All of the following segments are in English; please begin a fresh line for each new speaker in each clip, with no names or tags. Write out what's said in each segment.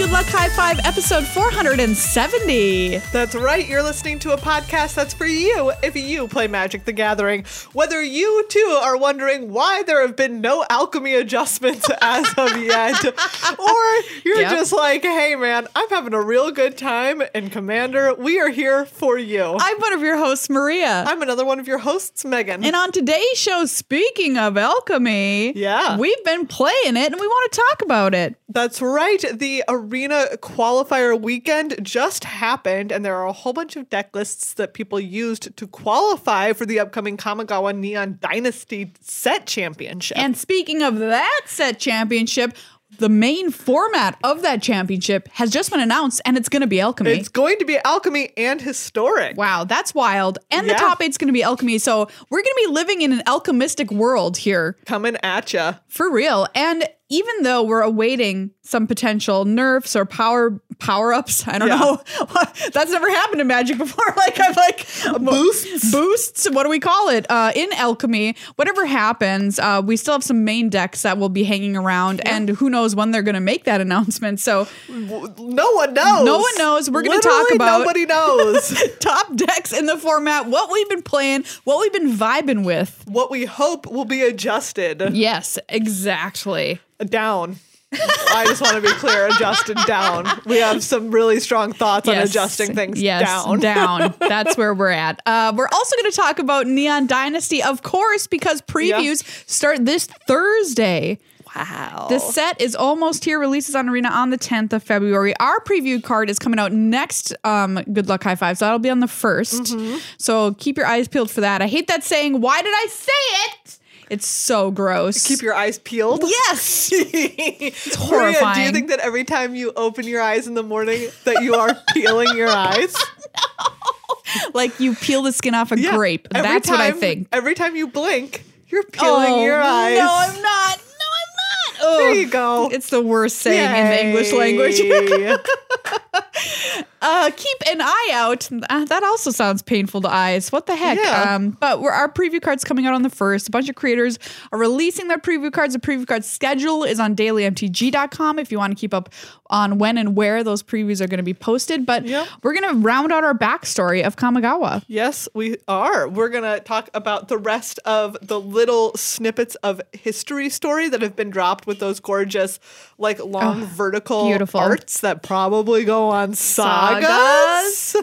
Good Luck High Five, episode 470.
That's right. You're listening to a podcast that's for you if you play Magic the Gathering. Whether you too are wondering why there have been no alchemy adjustments as of yet, or you're
Yep.
just like, hey, man, I'm having a real good time. And Commander, we are here for you.
I'm one of your hosts, Maria.
I'm another one of your hosts, Megan.
and on today's show, speaking of alchemy,
Yeah.
we've been playing it and we want to talk about it.
That's right. The arena qualifier weekend just happened, and there are a whole bunch of deck lists that people used to qualify for the upcoming Kamigawa Neon Dynasty set championship.
And speaking of that set championship, the main format of that championship has just been announced and it's going to be alchemy.
it's going to be alchemy and historic.
Wow, that's wild. And the
Yeah.
top eight's going to be alchemy. So we're going to be living in an alchemistic world here
Coming at ya.
for real. And even though we're awaiting some potential nerfs or power power ups, I don't
Yeah.
know. that's never happened in Magic before. like I'm like
boosts?
boosts. What do we call it uh, in alchemy? Whatever happens, uh, we still have some main decks that will be hanging around, and who knows when they're going to make that announcement. So
No one knows.
No one knows. We're gonna talk
Literally
about-
Nobody knows.
top decks in the format, what we've been playing, what we've been vibing with.
what we hope will be adjusted
Yes, exactly.
down. I just want to be clear adjusted down. We have some really strong thoughts on
Yes.
adjusting things
yes,
down.
down. That's where we're at. Uh, we're also going to talk about Neon Dynasty, of course, because previews start this Thursday.
Wow.
The set is almost here. Releases on Arena on the 10th of February. Our preview card is coming out next. Um, good luck, high five. So that'll be on the 1st
Mm-hmm.
So keep your eyes peeled for that. I hate that saying. Why did I say it? It's so gross.
keep your eyes peeled.
yes.
it's Maria, do you
horrifying.
think that every time you open your eyes in the morning that you are peeling your eyes?
like you peel the skin off a grape.
Every
That's what I
time-
think.
Every time you blink, you're peeling
Oh,
your eyes.
No, I'm not. No, I'm not. Oh,
There you go.
It's the worst saying in the English language.
Yay.
Uh, keep an eye out. Uh, that also sounds painful to eyes. What the heck?
Yeah.
Um, but we're, our preview card's coming out on the first. A bunch of creators are releasing their preview cards. The preview card schedule is on dailymtg.com if you want to keep up on when and where those previews are going to be posted. But
Yep.
we're going to round out our backstory of Kamigawa.
Yes, we are. We're going to talk about the rest of the little snippets of history story that have been dropped with those gorgeous, like long vertical
beautiful.
arts that probably go on sagas.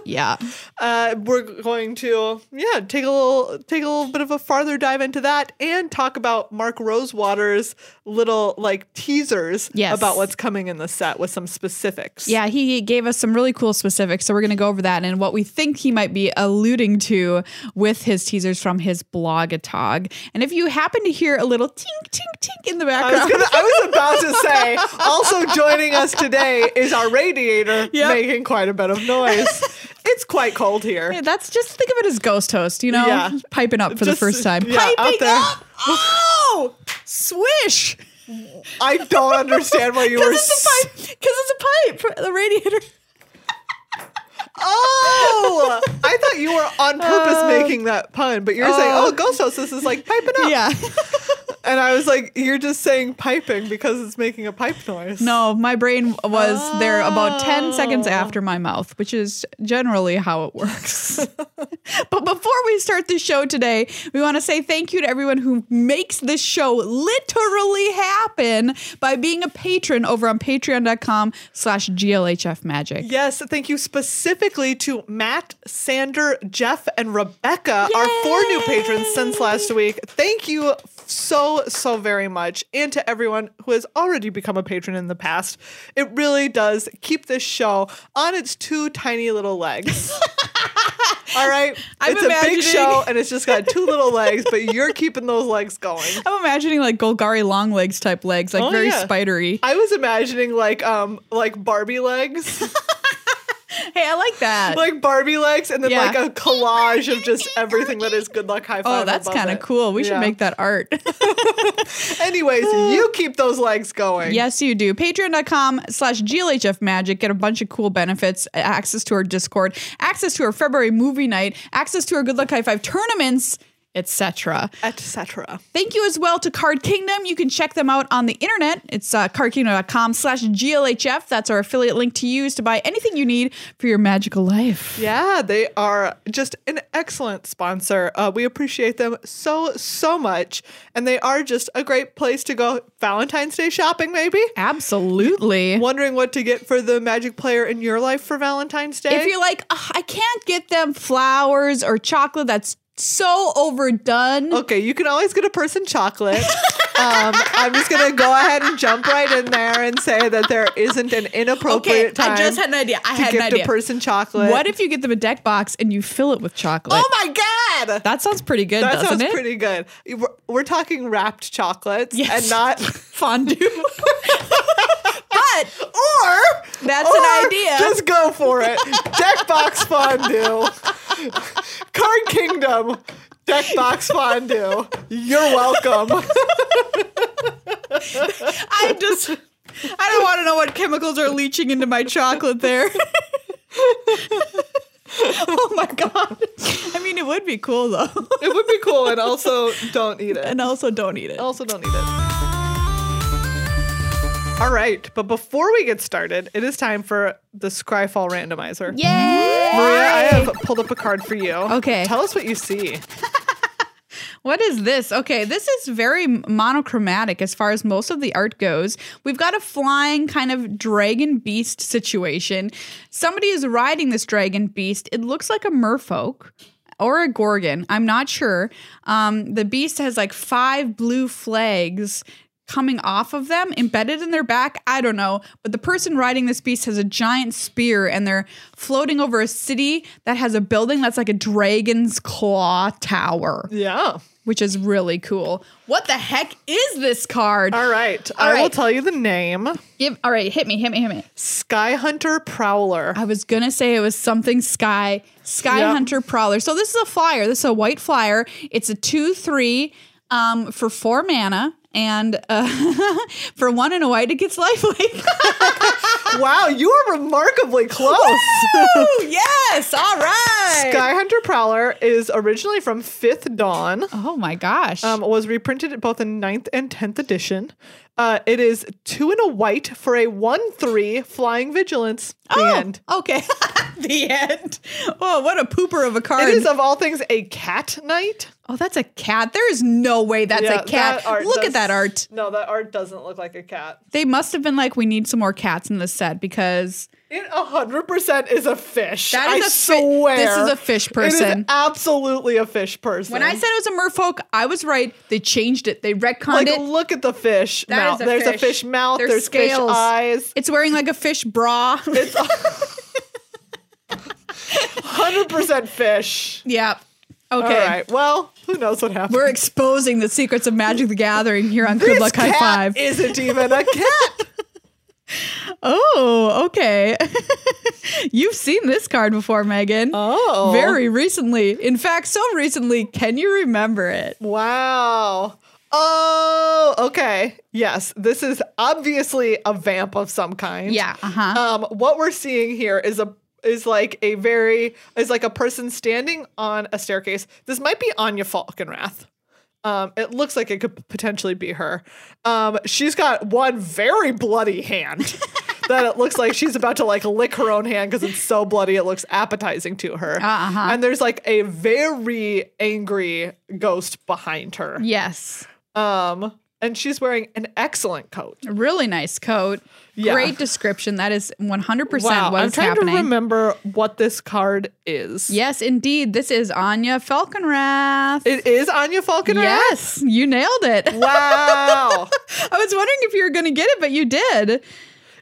yeah.
Uh, we're going to yeah take a little take a little bit of a farther dive into that and talk about Mark Rosewater's little like teasers
Yes.
about what's coming in the set with some specifics.
Yeah, he gave us some really cool specifics. So we're going to go over that and what we think he might be alluding to with his teasers from his blogatog. And if you happen to hear a little tink, tink, tink in the
I was,
background,
gonna, I was about to say, also joining us today is our radiator
Yep.
making quite a bit of noise. it's quite cold here.
yeah, that's just think of it as ghost host, you know,
Yeah.
piping up for the
Just-
first time.
yeah, out
piping
there.
up! Oh! Swish!
I don't understand why you were.
Because it's, a pipe. 'Cause it's a pipe. The radiator.
oh, I thought you were on purpose
Uh,
making that pun, but you're saying,
uh,
"Oh, ghost host, this is like piping up."
Yeah.
And I was like, you're just saying piping because it's making a pipe noise.
No, my brain was there about 10
Oh.
seconds after my mouth, which is generally how it works. but before we start the show today, we want to say thank you to everyone who makes this show literally happen by being a patron over on patreon.com slash glhf magic.
Yes, thank you specifically to Matt, Sander, Jeff, and Rebecca, our four new patrons since last week. Thank you so, so very much. And to everyone who has already become a patron in the past. It really does keep this show on its two tiny little legs. All right?
I'm
it's a
imagining-
big show and it's just got two little legs, but you're keeping those legs going.
I'm imagining like Golgari long legs type legs, like
Oh,
very
yeah.
spidery.
I was imagining like um like Barbie legs,
hey, I like that.
like Barbie legs, and then
Yeah.
like a collage of just everything that is good luck high five.
Oh, that's
above
kind of
it.
cool. We
Yeah.
should make that art.
Anyways, you keep those legs going.
Yes, you do. Patreon.com slash GLHF Magic. Get a bunch of cool benefits access to our Discord, access to our February movie night, access to our Good Luck High Five tournaments. etc.
etc.
Thank you as well to Card Kingdom. You can check them out on the internet. It's uh, cardkingdom.com slash GLHF. That's our affiliate link to use to buy anything you need for your magical life.
Yeah, they are just an excellent sponsor. Uh, we appreciate them so, so much. And they are just a great place to go Valentine's Day shopping, maybe?
Absolutely.
Wondering what to get for the magic player in your life for Valentine's Day?
If you're like, "Ugh, I can't get them flowers or chocolate, that's so overdone.
Okay, you can always get a person chocolate. Um, I'm just gonna go ahead and jump right in there and say that there isn't an inappropriate time
I just had an idea. I
to
had an
gift
idea.
a person chocolate.
What if you get them a deck box and you fill it with chocolate?
Oh my god!
that sounds pretty good,
That
doesn't
sounds
it?
pretty good. You- We're, we're talking wrapped chocolates
Yes.
and not.
fondue. but
Or
That's
or
an idea.
Just go for it. Deck box fondue, Card Kingdom, deck box fondue. You're welcome.
I just I don't want to know what chemicals are leaching into my chocolate there. oh my god. I mean it would be cool though.
It would be cool, and also don't eat it.
and also don't eat it.
also don't need it. All right, but before we get started, it is time for the Scryfall randomizer.
Yay!
Maria, I have pulled up a card for you.
Okay.
Tell us what you see.
What is this? Okay, this is very monochromatic as far as most of the art goes. We've got a flying kind of dragon beast situation. Somebody is riding this dragon beast. It looks like a merfolk or a gorgon. I'm not sure. Um, the beast has like five blue flags coming off of them, embedded in their back. I don't know. But the person riding this beast has a giant spear and they're floating over a city that has a building that's like a dragon's claw tower
Yeah.
which is really cool. What the heck is this card?
All right. I will
right.
tell you the name
Give, all right, hit me, hit me, hit me.
Sky Hunter Prowler.
I was gonna say it was something sky, sky
Yep.
hunter prowler. So this is a flyer. This is a white flyer. It's a two three um, for four mana, and uh, for one and a white, it gets lifelink. Ah.
wow, you are remarkably close.
Woo! yes, all right.
Sky Hunter Prowler is originally from Fifth Dawn.
Oh my gosh.
um, was reprinted both in 9th and 10th edition. Uh, it is two in a white for a 1 3 flying vigilance. The
Oh,
end.
okay. the end. Oh, what a pooper of a card.
It is, of all things, a cat knight.
Oh, that's a cat. There is no way that's
Yeah,
a cat.
that art
Look
does-
at that art.
No, that art doesn't look like a cat.
They must have been like, we need some more cats in this set because
It 100% is a fish.
That
I
is a fi-
swear.
this is a fish
It
person.
is absolutely a fish person.
when I said it was a merfolk, I was right. They changed it. They retconned
like,
it.
look at the fish
That is
mouth.
a
there's a
fish.
fish mouth.
There's
There's,
scales.
fish eyes.
It's wearing like a fish bra.
It's 100% fish.
yeah. Okay.
All right. Well, who knows what happened?
We're exposing the secrets of Magic the Gathering here on Good Luck High
cat
Five.
isn't even a cat.
oh, okay. You've seen this card before, Megan.
Oh.
Very recently. In fact, so recently, can you remember it?
wow. Oh, okay. Yes, this is obviously a vamp of some kind.
Yeah, uh-huh.
Um, what we're seeing here is a is like a very is like a person standing on a staircase. This might be Anya Falkenrath. Um, it looks like it could potentially be her. Um, she's got one very bloody hand that it looks like she's about to like lick her own hand because it's so bloody. It looks appetizing to her.
Uh-huh.
And there's like a very angry ghost behind her.
Yes.
Um, and she's wearing an excellent coat.
Really nice coat.
Yeah.
Great description. That is 100%
Wow,
what
I'm
is
trying
happening.
to remember what this card is.
yes, indeed. This is Anya Falconrath.
It is Anya Falconer?
yes, you nailed it.
Wow.
I was wondering if you were going to get it, but you did.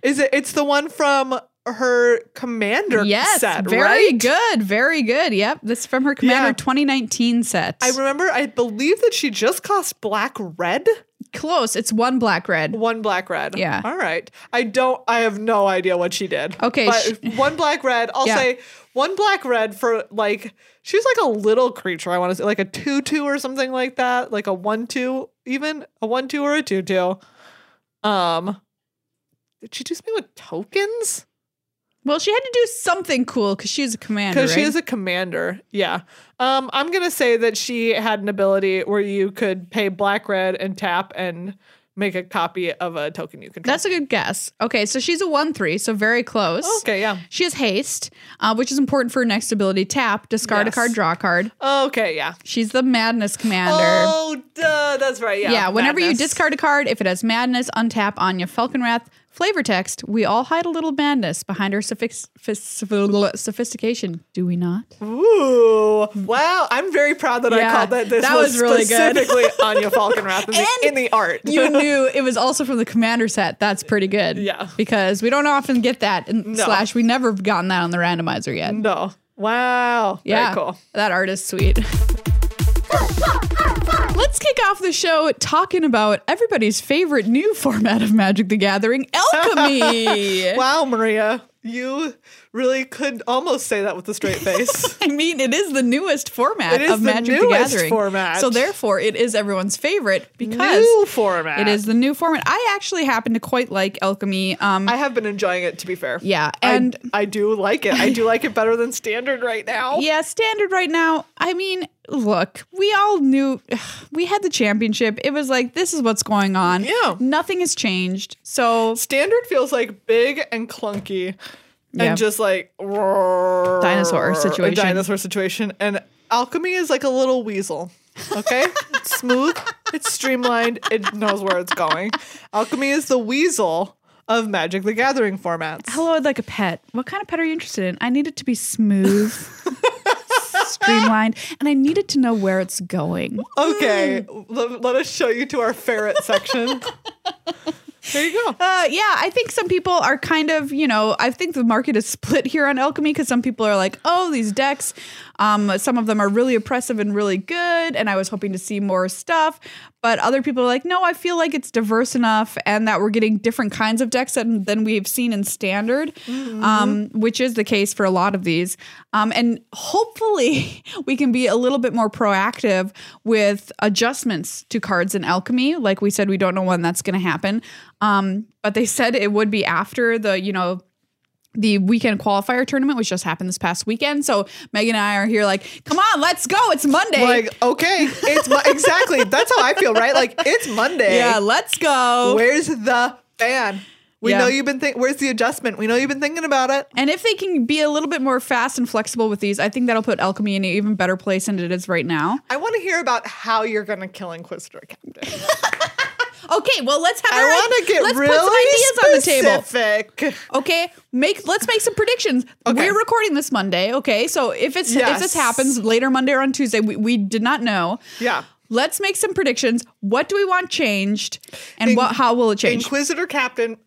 is it it's the one from her commander
Yes.
set,
very
right?
good. Very good. Yep. This is from her Commander
Yeah.
2019 set.
I remember I believe that she just cost black red.
Close. It's one black red.
One black red.
Yeah.
All right. I don't I have no idea what she did.
Okay,
But
sh-
one black red, I'll
Yeah.
say one black red for like she's like a little creature, I want to say like a two two or something like that. Like a one two, even a one two or a two two. Um did she just me with tokens?
Well, she had to do something cool because she's a commander.
Because she
right?
is a commander. Yeah. Um, I'm going to say that she had an ability where you could pay black, red, and tap and make a copy of a token you control.
That's a good guess. Okay, so she's a 1 3, so very close.
okay. Yeah.
She has haste, uh, which is important for her next ability tap, discard a
Yes.
card, draw a card.
Okay. Yeah.
She's the madness commander.
Oh, duh, that's right. Yeah.
yeah, whenever
madness.
you discard a card, if it has madness, untap Anya Falcon Wrath. Flavor text We all hide a little madness behind our suffix- fis- sophistication, do we not?
Ooh. Wow. I'm very proud that I
Yeah,
called that. This
that
was,
was really good.
specifically Anya Falkenrath in, the-
And
in the art.
you knew it was also from the commander set. That's pretty good.
Yeah.
Because we don't often get that. And
No.
slash, we never have gotten that on the randomizer yet.
no. Wow.
Yeah.
Very cool.
That art is sweet. Let's kick off the show talking about everybody's favorite new format of Magic the Gathering, alchemy.
Wow, Maria. You really could almost say that with a straight face.
I mean, it is the newest format
It is
of
the
Magic the
newest
Gathering.
format.
So therefore, it is everyone's favorite because
New format.
it is the new format. I actually happen to quite like alchemy. Um,
I have been enjoying it, to be fair.
yeah,
I-
and
I, do like it. I do like it better than standard right now.
Yeah, standard right now. I mean, look, we all knew we had the championship. It was like this is what's going on.
Yeah.
nothing has changed. So
Standard feels like big and clunky
Yeah.
and just like dinosaur
situation.
dinosaur situation. And alchemy is like a little weasel. Okay? it's smooth, it's streamlined, it knows where it's going. Alchemy is the weasel of Magic the Gathering formats.
hello, I'd like a pet. What kind of pet are you interested in? I need it to be smooth, streamlined, and I need it to know where it's going.
Okay, let, let us show you to our ferret section. there you go.
Uh, yeah, I think some people are kind of, you know, I think the market is split here on alchemy because some people are like, oh, these decks, um, some of them are really oppressive and really good, and I was hoping to see more stuff. But other people are like, no, I feel like it's diverse enough and that we're getting different kinds of decks than, than we've seen in standard, um, which is the case for a lot of these. Um, and hopefully, we can be a little bit more proactive with adjustments to cards in alchemy. Like we said, we don't know when that's going to happen. Um, but they said it would be after the, you know, the weekend qualifier tournament, which just happened this past weekend. So Megan and I are here, like, come on, let's go. It's Monday.
Like, okay, it's Mo- exactly that's how I feel, right? Like, it's Monday.
yeah, let's go.
Where's the fan? We
Yeah.
know you've been thinking. Where's the adjustment? We know you've been thinking about it.
And if they can be a little bit more fast and flexible with these, I think that'll put alchemy in an even better place than it is right now.
I want to hear about how you're going to kill Inquisitor Captain.
Okay, well let's have.
I
our-
want to get
let's
really
put some ideas on the table.
specific.
Okay, make let's make some predictions.
Okay.
We're recording this Monday. Okay, so if it's if
Yes.
this happens later Monday or on Tuesday, we, we did not know.
Yeah.
Let's make some predictions. What do we want changed, and
In-
what how will it change?
Inquisitor Captain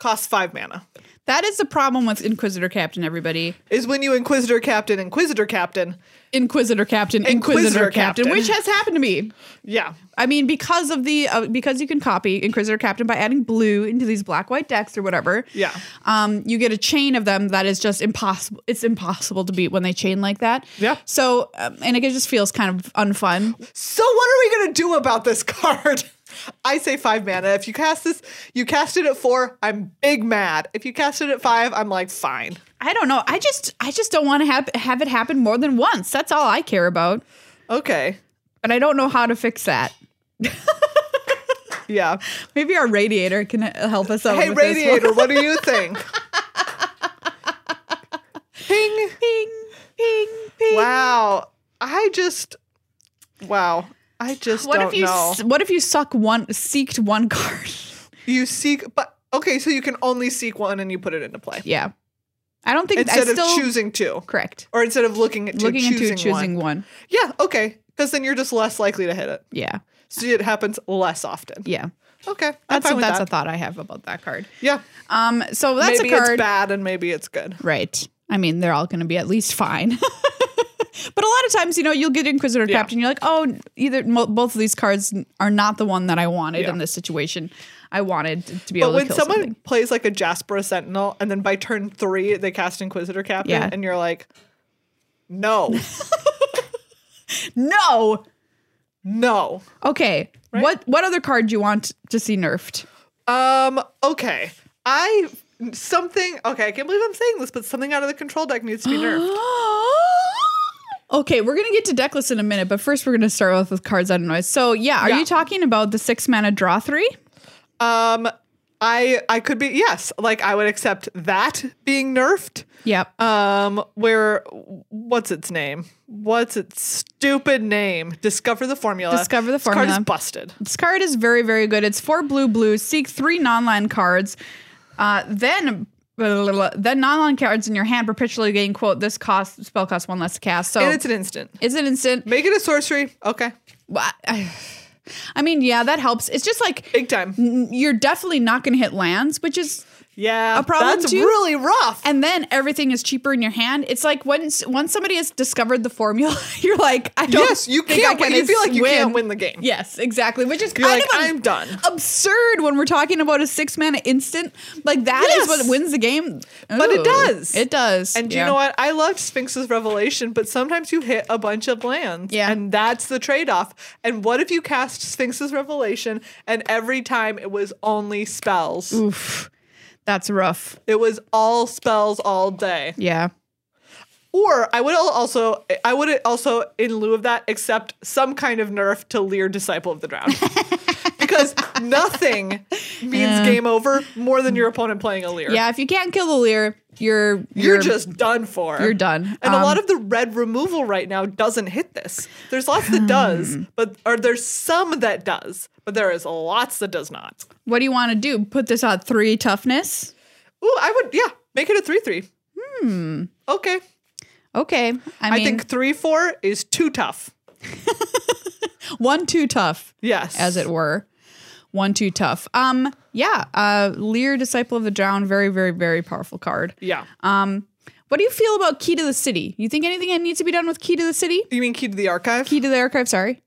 costs five mana.
that is the problem with Inquisitor Captain. Everybody,
Is when you Inquisitor Captain, Inquisitor Captain.
Inquisitor Captain, Inquisitor,
Inquisitor
Captain,
Captain.
which has happened to me.
Yeah.
I mean, because of the uh, because you can copy Inquisitor Captain by adding blue into these black white decks or whatever.
Yeah.
um, you get a chain of them that is just impossible. It's impossible to beat when they chain like that.
Yeah.
So, um, and it just feels kind of unfun.
So what are we going to do about this card? I say five mana. If you cast this, you cast it at four. I'm big mad. If you cast it at five, I'm like fine.
I don't know. I just, I just don't want to have have it happen more than once. That's all I care about.
Okay.
But I don't know how to fix that.
Yeah.
Maybe our radiator can uh, help us out.
Hey,
with this one.
radiator, what do you think? Ping.
Ping, ping, ping.
Wow. I just. Wow. I just
What
don't
if you?
know.
s- What if you suck one, seeked one card?
you seek, but okay, so you can only seek one and you put it into play
yeah. I don't think
instead
I still
of choosing two,
correct.
or instead of looking at two,
Looking
choosing,
into choosing
one.
one.
Yeah. Okay. Because then you're just less likely to hit it.
Yeah.
So it happens less often.
Yeah.
Okay. I'm
That's
fine
a,
with
that's a
that.
thought I have about that card.
yeah.
Um, so that's
maybe
a card,
it's bad and maybe it's good.
right? I mean, they're all going to be at least fine. but a lot of times, you know, you'll get Inquisitor
Yeah.
Captain. You're like, oh, either mo- both of these cards are not the one that I wanted
Yeah.
in this situation. I wanted to be
But
able
when
to kill
someone
something.
plays like a Jasper Sentinel and then by turn three they cast Inquisitor Captain
Yeah.
and you're like, no,
No.
no.
Okay. What what other card do you want to see nerfed?
Um, okay. I something. Okay, I can't believe I'm saying this, but something out of the control deck needs to be nerfed.
okay, we're gonna get to deckless in a minute, but first we're gonna start off with cards out of noise. So yeah, are
Yeah.
you talking about the six mana draw three?
Um, I I could be yes, like I would accept that being nerfed.
Yep.
Um, where what's its name? What's its stupid name? Discover the formula.
Discover the
This card is
formula. Oh.
busted.
This card is very, very good. It's four blue blues. Seek three non-land cards. Uh, then blah, blah, blah, then non-land cards in your hand perpetually gain quote this cost spell cost one less to cast. So
And it's an instant.
it's an instant.
Make it a sorcery. Okay.
Wha- I, I mean, yeah, that helps. It's just like
Big time.
n- you're definitely not going to hit lands, which is
Yeah.
A problem
That's
too?
really rough.
and then everything is cheaper in your hand. It's like once once somebody has discovered the formula, you're like, I don't.
yes, you
think I
can't win.
can
You feel like you
win.
can't win the game.
Yes, exactly. Which is
You're
kind
like,
of
I'm done.
absurd when we're talking about a six mana instant. Like that is
Yes.
what wins the game.
But it
Ooh,
does.
It does.
And do
Yeah.
you know what? I loved Sphinx's revelation, but sometimes you hit a bunch of lands.
Yeah.
And that's the trade off. And what if you cast Sphinx's revelation and every time it was only spells?
Oof. That's rough.
It was all spells all day.
Yeah.
Or I would al- also I would also in lieu of that accept some kind of nerf to Lear Disciple of the Drowned. because nothing means game over more than your opponent playing a Lear.
Yeah. If you can't kill the Lear, you're
You're, just done for.
you're done.
And
Um,
a lot of the red removal right now doesn't hit this. There's lots that does,
Hmm.
but or there's some that does, but there is lots that does not.
What do you want to do? Put this on three toughness.
Ooh, I would yeah, make it a three three. Hmm. Okay.
Okay. I mean,
I think three four is too tough.
one too tough.
Yes.
as it were. One too tough. Um, yeah. Uh, Lear, disciple of the drowned, very, very, very powerful card.
Yeah.
Um, what do you feel about Key to the City? You think anything needs to be done with Key to the City?
you mean key to the archive?
Key to the Archive. Sorry,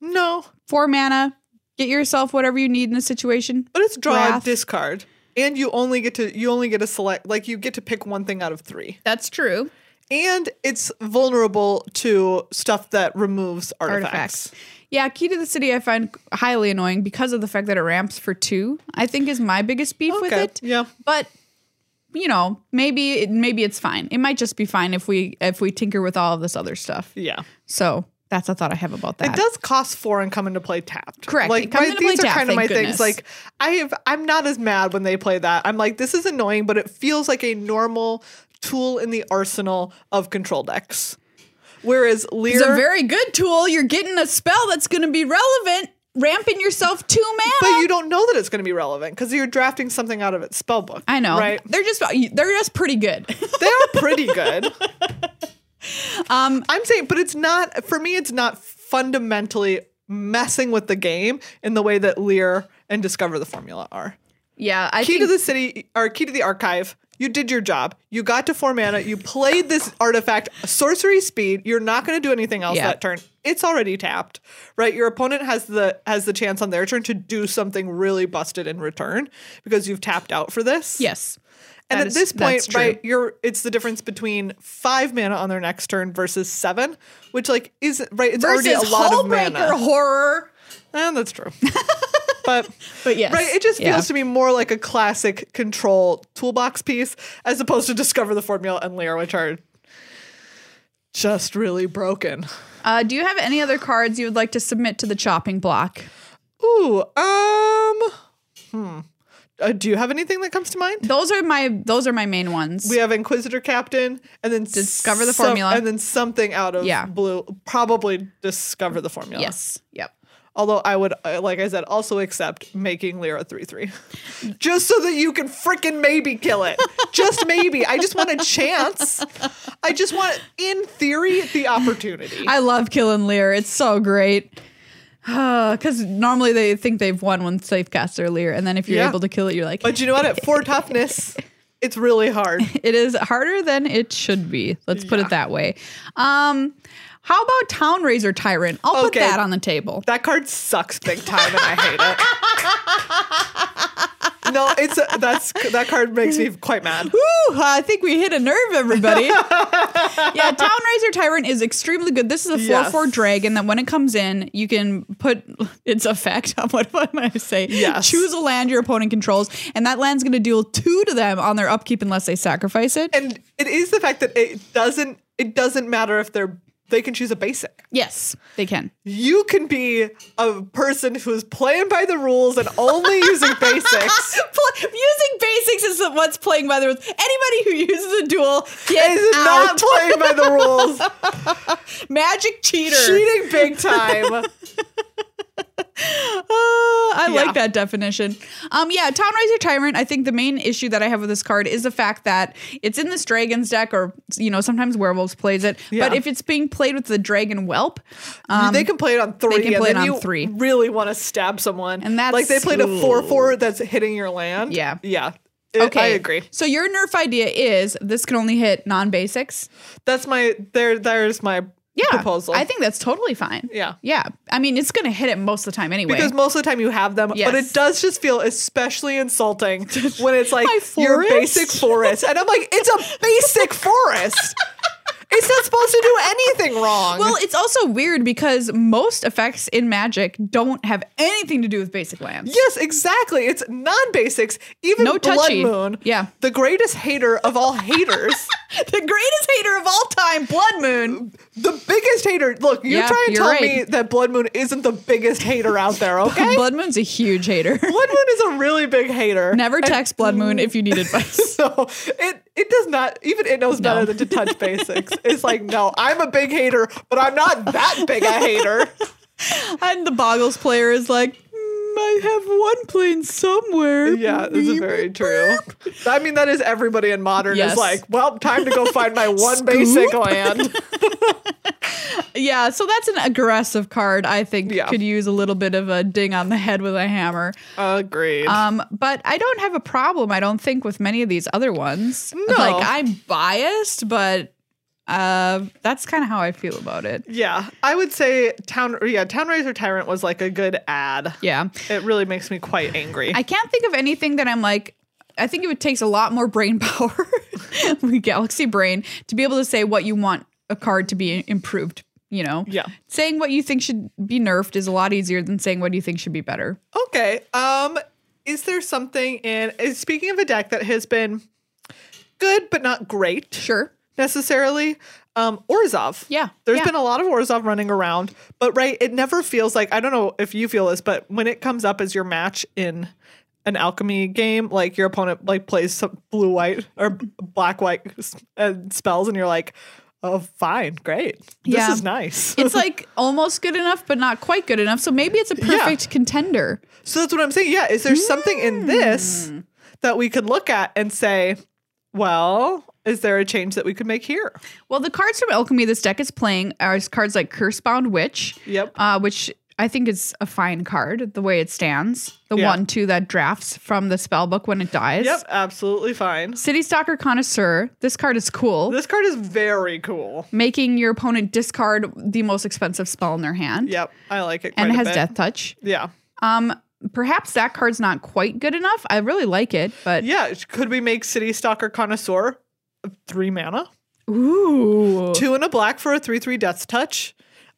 no.
four mana. Get yourself whatever you need in a situation.
But it's draw
Wrath.
discard. And you only get to you only get to select like you get to pick one thing out of three.
That's true.
And it's vulnerable to stuff that removes artifacts.
Artifacts. Yeah, Key to the City I find highly annoying because of the fact that it ramps for two. I think is my biggest beef with
Okay,
it.
yeah.
but you know, maybe it, maybe it's fine. It might just be fine if we if we tinker with all of this other stuff.
Yeah.
So that's a thought I have about that.
It does cost four and come into play tapped.
Correct. It
Like
comes
my-
into play
these are
tapped,
kind of my
thank goodness.
things. Like I have, I'm not as mad when they play that. I'm like, this is annoying, but it feels like a normal tool in the arsenal of control decks. Whereas Lear,
It's a very good tool. You're getting a spell that's going to be relevant, ramping yourself two mana.
but you don't know that it's going to be relevant because you're drafting something out of its spell book.
I know.
right?
They're just they're just pretty good.
they are pretty good.
Um,
I'm saying, but it's not for me. It's not fundamentally messing with the game in the way that Lear and Discover the Formula are.
yeah, I
key
think
to the city or key to the archive. You did your job. You got to four mana. You played this artifact sorcery speed. You're not going to do anything else
Yeah.
that turn. It's already tapped, right? Your opponent has the has the chance on their turn to do something really busted in return because you've tapped out for this.
yes.
and
that
at
is-
this
that's
point,
true.
right? You're it's the difference between five mana on their next turn versus seven, which like is right. It's
Versus
already a lot of
Hallbreaker
mana.
horror.
And that's true, but
But yes,
Right. It just
Yeah.
feels to me more like a classic control toolbox piece as opposed to Discover the Formula and Layer, which are just really broken.
Uh, do you have any other cards you would like to submit to the chopping block?
Ooh, um, hmm. Uh, do you have anything that comes to mind?
Those are my those are my main ones.
We have Inquisitor Captain and then
Discover the
some-
Formula.
and then something out of
Yeah.
blue. Probably Discover the Formula.
yes. Yep.
Although I would, uh, like I said, also accept making Lyra 3 3. Just so that you can freaking maybe kill it. Just maybe. I just want a chance. I just want, in theory, the opportunity.
I love killing Lear. It's so great. Because normally they think they've won when they've cast their Lear, and then if you're
Yeah.
able to kill it, you're like,
But you know what? At four toughness, it's really hard.
it is harder than it should be. Let's put it that way. Um, how about Town Raiser Tyrant? I'll put
Okay.
that on the table.
That card sucks big time and I hate it. no, it's a, that's that card makes me quite mad.
Woo! I think we hit a nerve, everybody. yeah, Town Raiser Tyrant is extremely good. This is a 4 4
Yes.
dragon that when it comes in, you can put its effect on what am I say?
Yes.
Choose a land your opponent controls, and that land's going to deal two to them on their upkeep unless they sacrifice it.
And it is the fact that it doesn't it doesn't matter if they're they can choose a basic.
yes, they can.
You can be a person who's playing by the rules and only using basics.
Pl- using basics is what's playing by the rules. Anybody who uses a duel gets
Is not
out.
playing by the rules.
Magic cheater.
Cheating big time.
Uh, I
Yeah.
like that definition. Um, yeah, Town Riser Tyrant. I think the main issue that I have with this card is the fact that it's in this dragon's deck, or you know, sometimes werewolves plays it. But
Yeah.
if it's being played with the dragon whelp, um,
they can play it on three.
can play
and
it
then
on
you
three.
Really want to stab someone,
And that's-
like they played
ooh.
a four-four that's hitting your land.
Yeah.
yeah. It-
okay,
I agree.
So your nerf idea is this can only hit non basics.
That's my there. There's my
Yeah,
proposal.
I think that's totally fine.
Yeah.
yeah. I mean, it's gonna hit it most of the time anyway.
because most of the time you have them, but
Yes.
it does just feel especially insulting when it's like
My
your
forest?
basic forest, and I'm like, it's a basic forest. It's not supposed to do anything wrong.
well, it's also weird because most effects in Magic don't have anything to do with basic lands.
Yes, exactly. It's non-basics. Even
No
Blood
touchy.
Moon,
Yeah.
the greatest hater of all haters,
The greatest hater of all time, Blood Moon.
the biggest hater. Look, you
Yeah,
try and
you're
tell
right.
me that Blood Moon isn't the biggest hater out there, okay?
Blood Moon's a huge hater.
Blood Moon is a really big hater.
Never
And
text Blood Moon if you need advice.
So it it does not even it knows
No.
better than to touch basics. It's like no, I'm a big hater, but I'm not that big a hater.
and the Boggles player is like, "Mm, I have one plane somewhere.
Yeah, this is very true. I mean, that is everybody in modern
Yes.
is like, well, time to go find my one basic land.
Yeah, so that's an aggressive card. I think
Yeah.
could use a little bit of a ding on the head with a hammer.
Agreed.
Um, but I don't have a problem. I don't think with many of these other ones.
No.
Like I'm biased, but uh, that's kind of how I feel about it.
yeah, I would say town. Yeah, town raiser tyrant was like a good ad.
Yeah.
It really makes me quite angry.
I can't think of anything that I'm like. I think it would takes a lot more brain power, galaxy brain, to be able to say what you want a card to be improved. You know,
Yeah.
Saying what you think should be nerfed is a lot easier than saying what you think should be better.
Okay. Um, is there something in? is- Speaking of a deck that has been good but not great,
Sure.
necessarily. Um, Orzov.
Yeah,
there's
yeah.
been a lot of Orzov running around, but right, it never feels like I don't know if you feel this, but when it comes up as your match in an alchemy game, like your opponent like plays some blue white or black white s- uh, spells, and you're like, oh, fine, great,
Yeah.
this is nice.
It's like almost good enough, but not quite good enough. So maybe it's a perfect contender.
So that's what I'm saying. Yeah, is there something in this
Hmm.
that we could look at and say, well, is there a change that we could make here?
Well, the cards from Alchemy this deck is playing are cards like Cursebound Witch.
Yep.
Uh, which I think is a fine card, the way it stands. The
Yeah.
one, two that drafts from the spell book when it dies.
Yep, absolutely fine.
City Stalker Connoisseur. This card is cool,
This card is very cool.
making your opponent discard the most expensive spell in their hand.
Yep, I like it. Quite
and it
a
has
bit.
Death Touch.
Yeah,
Um, perhaps that card's not quite good enough. I really like it, but
yeah. Could we make City Stalker Connoisseur three mana,
ooh,
two and a black for a three-three Death's Touch?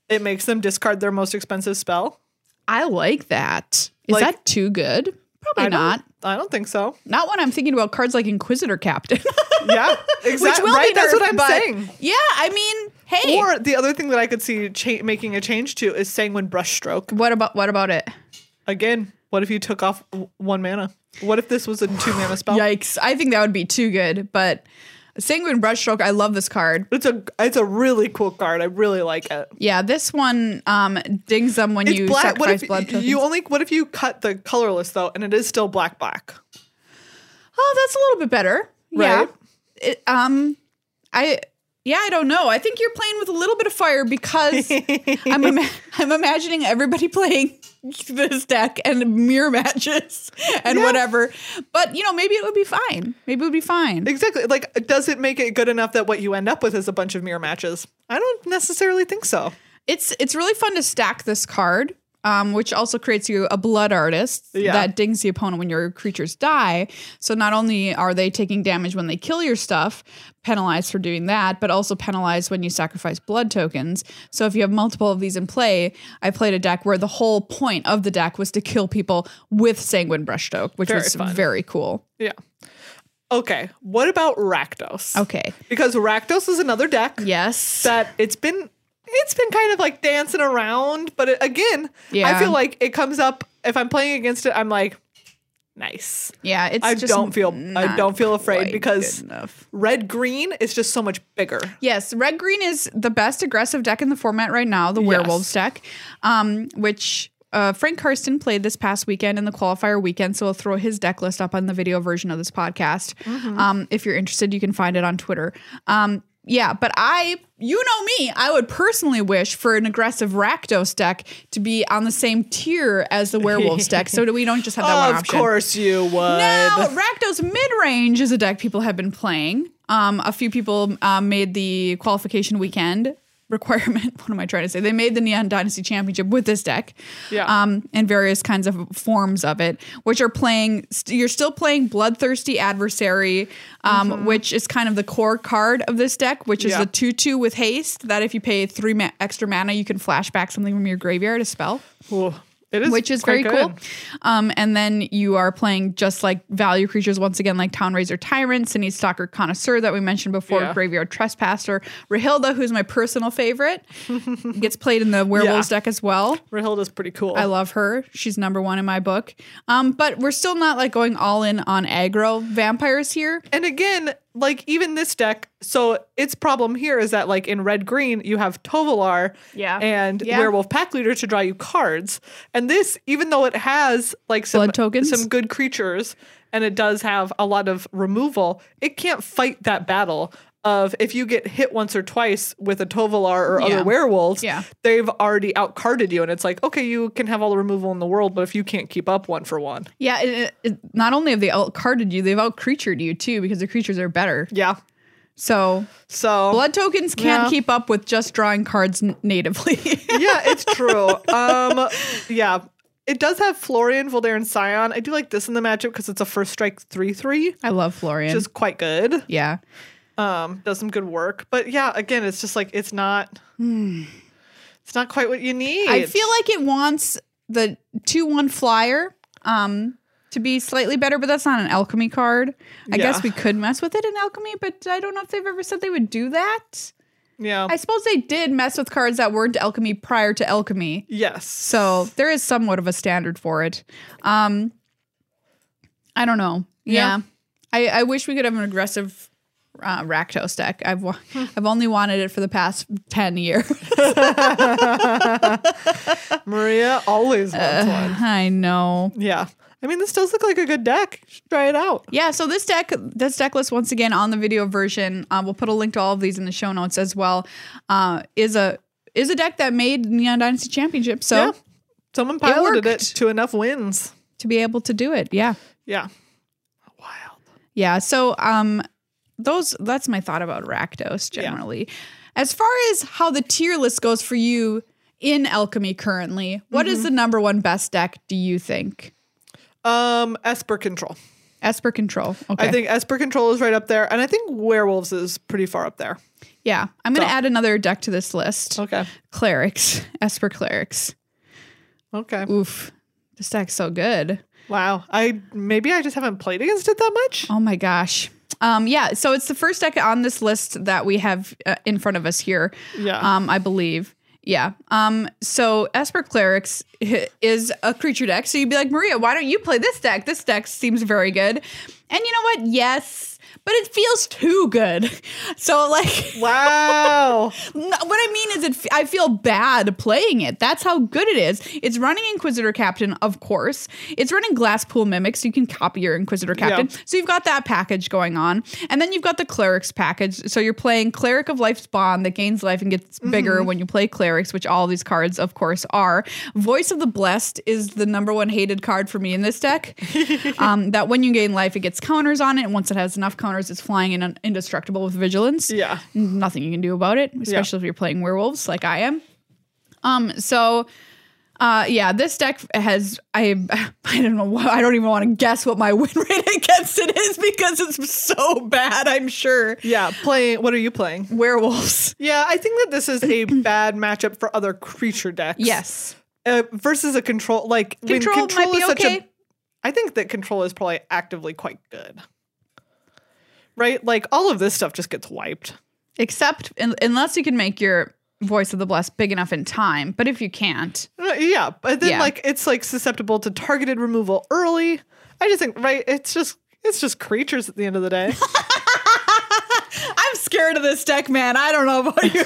It makes them discard their most expensive spell.
I like that. Is
Like-
that too good?
I
Probably
don't-
not.
I don't think so.
Not when I'm thinking about cards like Inquisitor Captain,
Yeah,
which
exactly.
will
Right,
be
that's
nerfed,
what I'm
but-
saying.
Yeah, I mean, hey,
Or the other thing that I could see cha- making a change to is Sanguine Brushstroke.
what about what about it?
Again, what if you took off w- one mana? What if this was a two mana spell?
Yikes! I think that would be too good. But Sanguine Brushstroke, I love this card.
It's a it's a really cool card. I really like it.
Yeah, this one um, dings them when
It's
you
black. What
sacrifice
if
blood tokens.
you only? What if you cut the colorless though, and it is still black black?
oh, that's a little bit better.
Right.
Yeah. It, um, I yeah, I don't know. I think you're playing with a little bit of fire because I'm ima- I'm imagining everybody playing this deck and mirror matches and
Yeah.
whatever. But you know, maybe it would be fine. Maybe it would be fine.
Exactly. Like, does it make it good enough that what you end up with is a bunch of mirror matches? I don't necessarily think so.
It's it's really fun to stack this card. um, which also creates you a blood artist
Yeah.
that dings the opponent when your creatures die. So not only are they taking damage when they kill your stuff, penalized for doing that, but also penalized when you sacrifice blood tokens. So if you have multiple of these in play, I played a deck where the whole point of the deck was to kill people with Sanguine Brushstroke, which
Very
was
fun.
very cool.
Yeah. Okay. What about Rakdos?
Okay.
Because Rakdos is another deck
Oh. Yes.
that it's been it's been kind of like dancing around, but it, again, I
Yeah.
feel like it comes up if I'm playing against it. I'm like, nice.
Yeah, it's
I
just
don't feel I
not
don't feel
quite
afraid because
good enough.
red green is just so much bigger.
Yes, red green is the best aggressive deck in the format right now, the werewolves deck, um, which uh, Frank Karsten played this past weekend in the qualifier weekend. So I'll throw his deck list up on the video version of this podcast.
Mm-hmm.
Um, if you're interested, you can find it on Twitter. Um, yeah, but I, you know me, I would personally wish for an aggressive Rakdos deck to be on the same tier as the werewolves deck, so that we don't just have that one
of
option.
course you would.
No, Rakdos mid range is a deck people have been playing. Um, a few people um, made the qualification weekend requirement. What am I trying to say? They made the Neon Dynasty Championship with this deck.
Yeah.
Um, and various kinds of forms of it, which are playing. St- you're still playing Bloodthirsty Adversary, um, which is kind of the core card of this deck, which is
Mm-hmm. Yeah.
the two-two with haste. That if you pay three ma- extra mana, you can flash back something from your graveyard a spell
Ooh, it is
which is
quite
very
good.
cool. Um, and then you are playing just like value creatures once again, like Town Raiser Tyrant, Cine Stalker Connoisseur that we mentioned before,
Yeah.
Graveyard Trespasser, Rahilda, who's my personal favorite, gets played in the Werewolves
Yeah. Oh.
deck as well.
Rahilda's pretty cool.
I love her. She's number one in my book. Um, but we're still not like going all in on aggro vampires here.
and again, like even this deck, so its problem here is that like in red green you have Tovalar
Yeah.
and
Yeah.
Werewolf Pack Leader to draw you cards, and this even though it has like some
Blood tokens?
some good creatures, and it does have a lot of removal, it can't fight that battle. Of if you get hit once or twice with a Tovalar or
Yeah.
other werewolves,
Yeah.
they've already outcarded you. And it's like, okay, you can have all the removal in the world, but if you can't keep up one for one.
Yeah, it, it- it- not only have they outcarded you, they've outcreatured you too because the creatures are better.
Yeah.
So
So
blood tokens can't
Yeah.
keep up with just drawing cards n- natively.
yeah, it's true. Um, yeah, it does have Florian, Voldaren, and Scion. I do like this in the matchup because it's a first strike three three,
I love Florian.
which is quite good.
yeah.
Um, does some good work, but yeah, again, it's just like it's not, it's not quite what you need.
Hmm. I feel like it wants the 2 1 flyer um, to be slightly better, but that's not an alchemy card. I
Yeah.
guess we could mess with it in alchemy, but I don't know if they've ever said they would do that.
yeah,
I suppose they did mess with cards that weren't alchemy prior to alchemy.
yes.
So there is somewhat of a standard for it. Um, I don't know. Yeah.
Yeah.
I, I wish we could have an aggressive uh, Rakdos deck. I've wa- I've only wanted it for the past 10 years.
Maria always
uh,
wants one.
I know.
Yeah, I mean, this does look like a good deck. You should try it out.
Yeah, so this deck, this deck list, once again on the video version, uh, we'll put a link to all of these in the show notes as well. Uh, is a is a deck that made Neon Dynasty Championship, so
Yeah. Someone piloted it,
worked.
to enough wins.
to be able to do it, yeah,
Yeah, wild.
yeah. So um, those that's my thought about Rakdos generally. As far as how the tier list goes for you in Alchemy currently, what
Mm-hmm.
is the number one best deck? Do you think
Um, Esper control.
Esper Control? Okay,
I think Esper Control is right up there, and I think Werewolves is pretty far up there.
yeah. I'm gonna
So-
add another deck to this list:
Okay.
Clerics, Esper Clerics.
Okay.
Oof, this deck's so good.
Wow. I maybe I just haven't played against it that much.
Oh my gosh. Um, yeah, so it's the first deck on this list that we have uh, in front of us here.
Yeah.
Um, I believe. Yeah. Um, so Esper Clerics is a creature deck. So you'd be like, Maria, why don't you play this deck? This deck seems very good. And you know what? Yes, but it feels too good. So, like,
Wow.
No, what I mean is, it, f- I feel bad playing it. That's how good it is. It's running Inquisitor Captain, of course. It's running Glasspool Mimic, so you can copy your Inquisitor Captain.
Yeah.
So you've got that package going on. And then you've got the Clerics package. So you're playing Cleric of Life's Bond that gains life and gets
Mm-hmm.
bigger when you play Clerics, which all these cards, of course, are. Voice of the Blessed is the number one hated card for me in this deck. um, that when you gain life, it gets counters on it. And once it has enough counters, it's flying and indestructible with Vigilance
yeah.
nothing you can do about it, especially if you're playing werewolves like I am. Um, so Uh, yeah, this deck has I I don't know why- I don't even want to guess what my win rate against it is because it's so bad. I'm sure
Yeah, playing. What are you playing?
werewolves.
Yeah, I think that this is a bad matchup for other creature decks.
Yes,
uh, versus a control like when
Control might be okay.
I think that control is probably actively quite good. Right? Like all of this stuff just gets wiped.
except un- unless you can make your voice of the blessed big enough in time. But if you can't,
Uh, Yeah, but then
Yeah.
like it's like susceptible to targeted removal early. I just think right, it's just it's just creatures at the end of the day.
I'm scared of this deck, man. I don't know about you.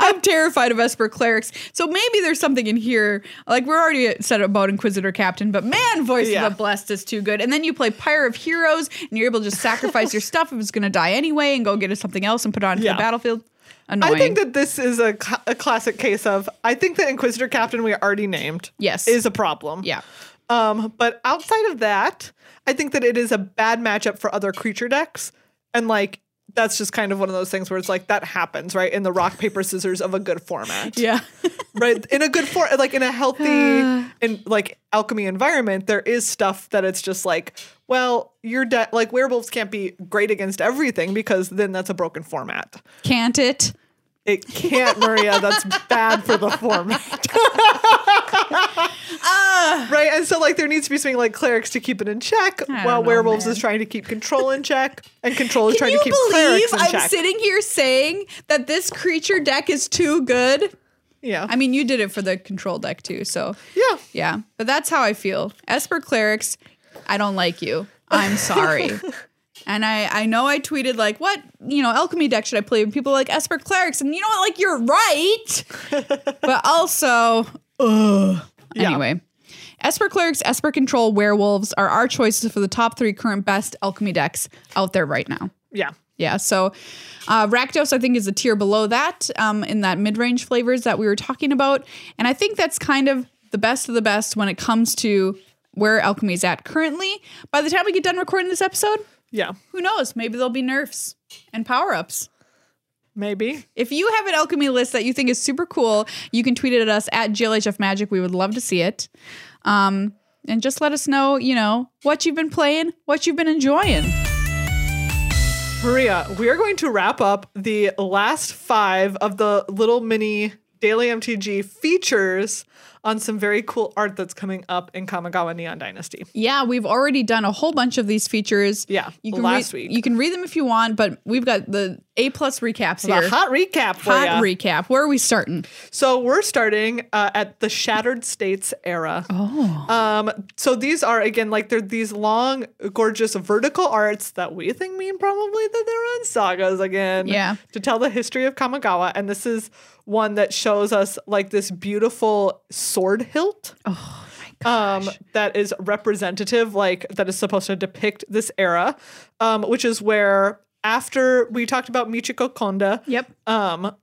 I'm terrified of Esper clerics. So maybe there's something in here. Like we're already said about Inquisitor Captain, but man, Voice
Yeah.
of the Blessed is too good. And then you play Pyre of Heroes, and you're able to just sacrifice your stuff if it's going to die anyway, and go get us something else and put it onto
Yeah.
the battlefield. Annoying.
I think that this is a, cl- a classic case of I think the Inquisitor Captain we already named
Yes.
is a problem.
yeah.
Um, but outside of that, I think that it is a bad matchup for other creature decks. And like that's just kind of one of those things where it's like that happens, right? In the rock, paper, scissors of a good format.
Yeah.
Right. In a good form like in a healthy and like alchemy environment, there is stuff that it's just like, well, your de- like werewolves can't be great against everything because then that's a broken format.
Can't it?
It can't, Maria. That's bad for the format. Right. And so, like, there needs to be something like clerics to keep it in check,
don't
while
know,
werewolves
man.
is trying to keep control in check, and control is
Can
trying
you
to keep
believe
clerics in
I'm
check.
sitting here saying that this creature deck is too good?
yeah.
I mean, you did it for the control deck too, so
yeah.
Yeah, but that's how I feel. Esper clerics, I don't like you. I'm sorry. and I, I know I tweeted like, what you know, alchemy deck should I play? And people were like Esper clerics, and you know what? Like you're right, but also, ugh.
Yeah.
Anyway, Esper clerics, Esper control, werewolves are our choices for the top three current best alchemy decks out there right now.
Yeah.
Yeah. So uh, Rakdos, I think, is a tier below that um, in that mid range flavors that we were talking about. And I think that's kind of the best of the best when it comes to where alchemy is at currently. By the time we get done recording this episode,
Yeah.
who knows? Maybe there'll be nerfs and power ups.
Maybe.
If you have an alchemy list that you think is super cool, you can tweet it at us at GLHF Magic. We would love to see it. Um, and just let us know, you know, what you've been playing, what you've been enjoying.
Maria, we are going to wrap up the last five of the little mini daily MTG features on some very cool art that's coming up in Kamigawa Neon Dynasty.
Yeah, we've already done a whole bunch of these features.
Yeah,
you can
last
read,
week.
You can read them if you want, but we've got the A plus recaps
The
here.
hot recap for
Hot
ya.
recap. Where are we starting?
So we're starting uh, at the Shattered States era.
Oh,
Um, so these are again like they're these long, gorgeous vertical arts that we think mean probably that they're on sagas again.
Yeah.
To tell the history of Kamigawa, and this is one that shows us like this beautiful sword hilt.
Uh,
Um, that is representative, like that is supposed to depict this era, um, which is where after we talked about Michiko Konda,
yep.
um,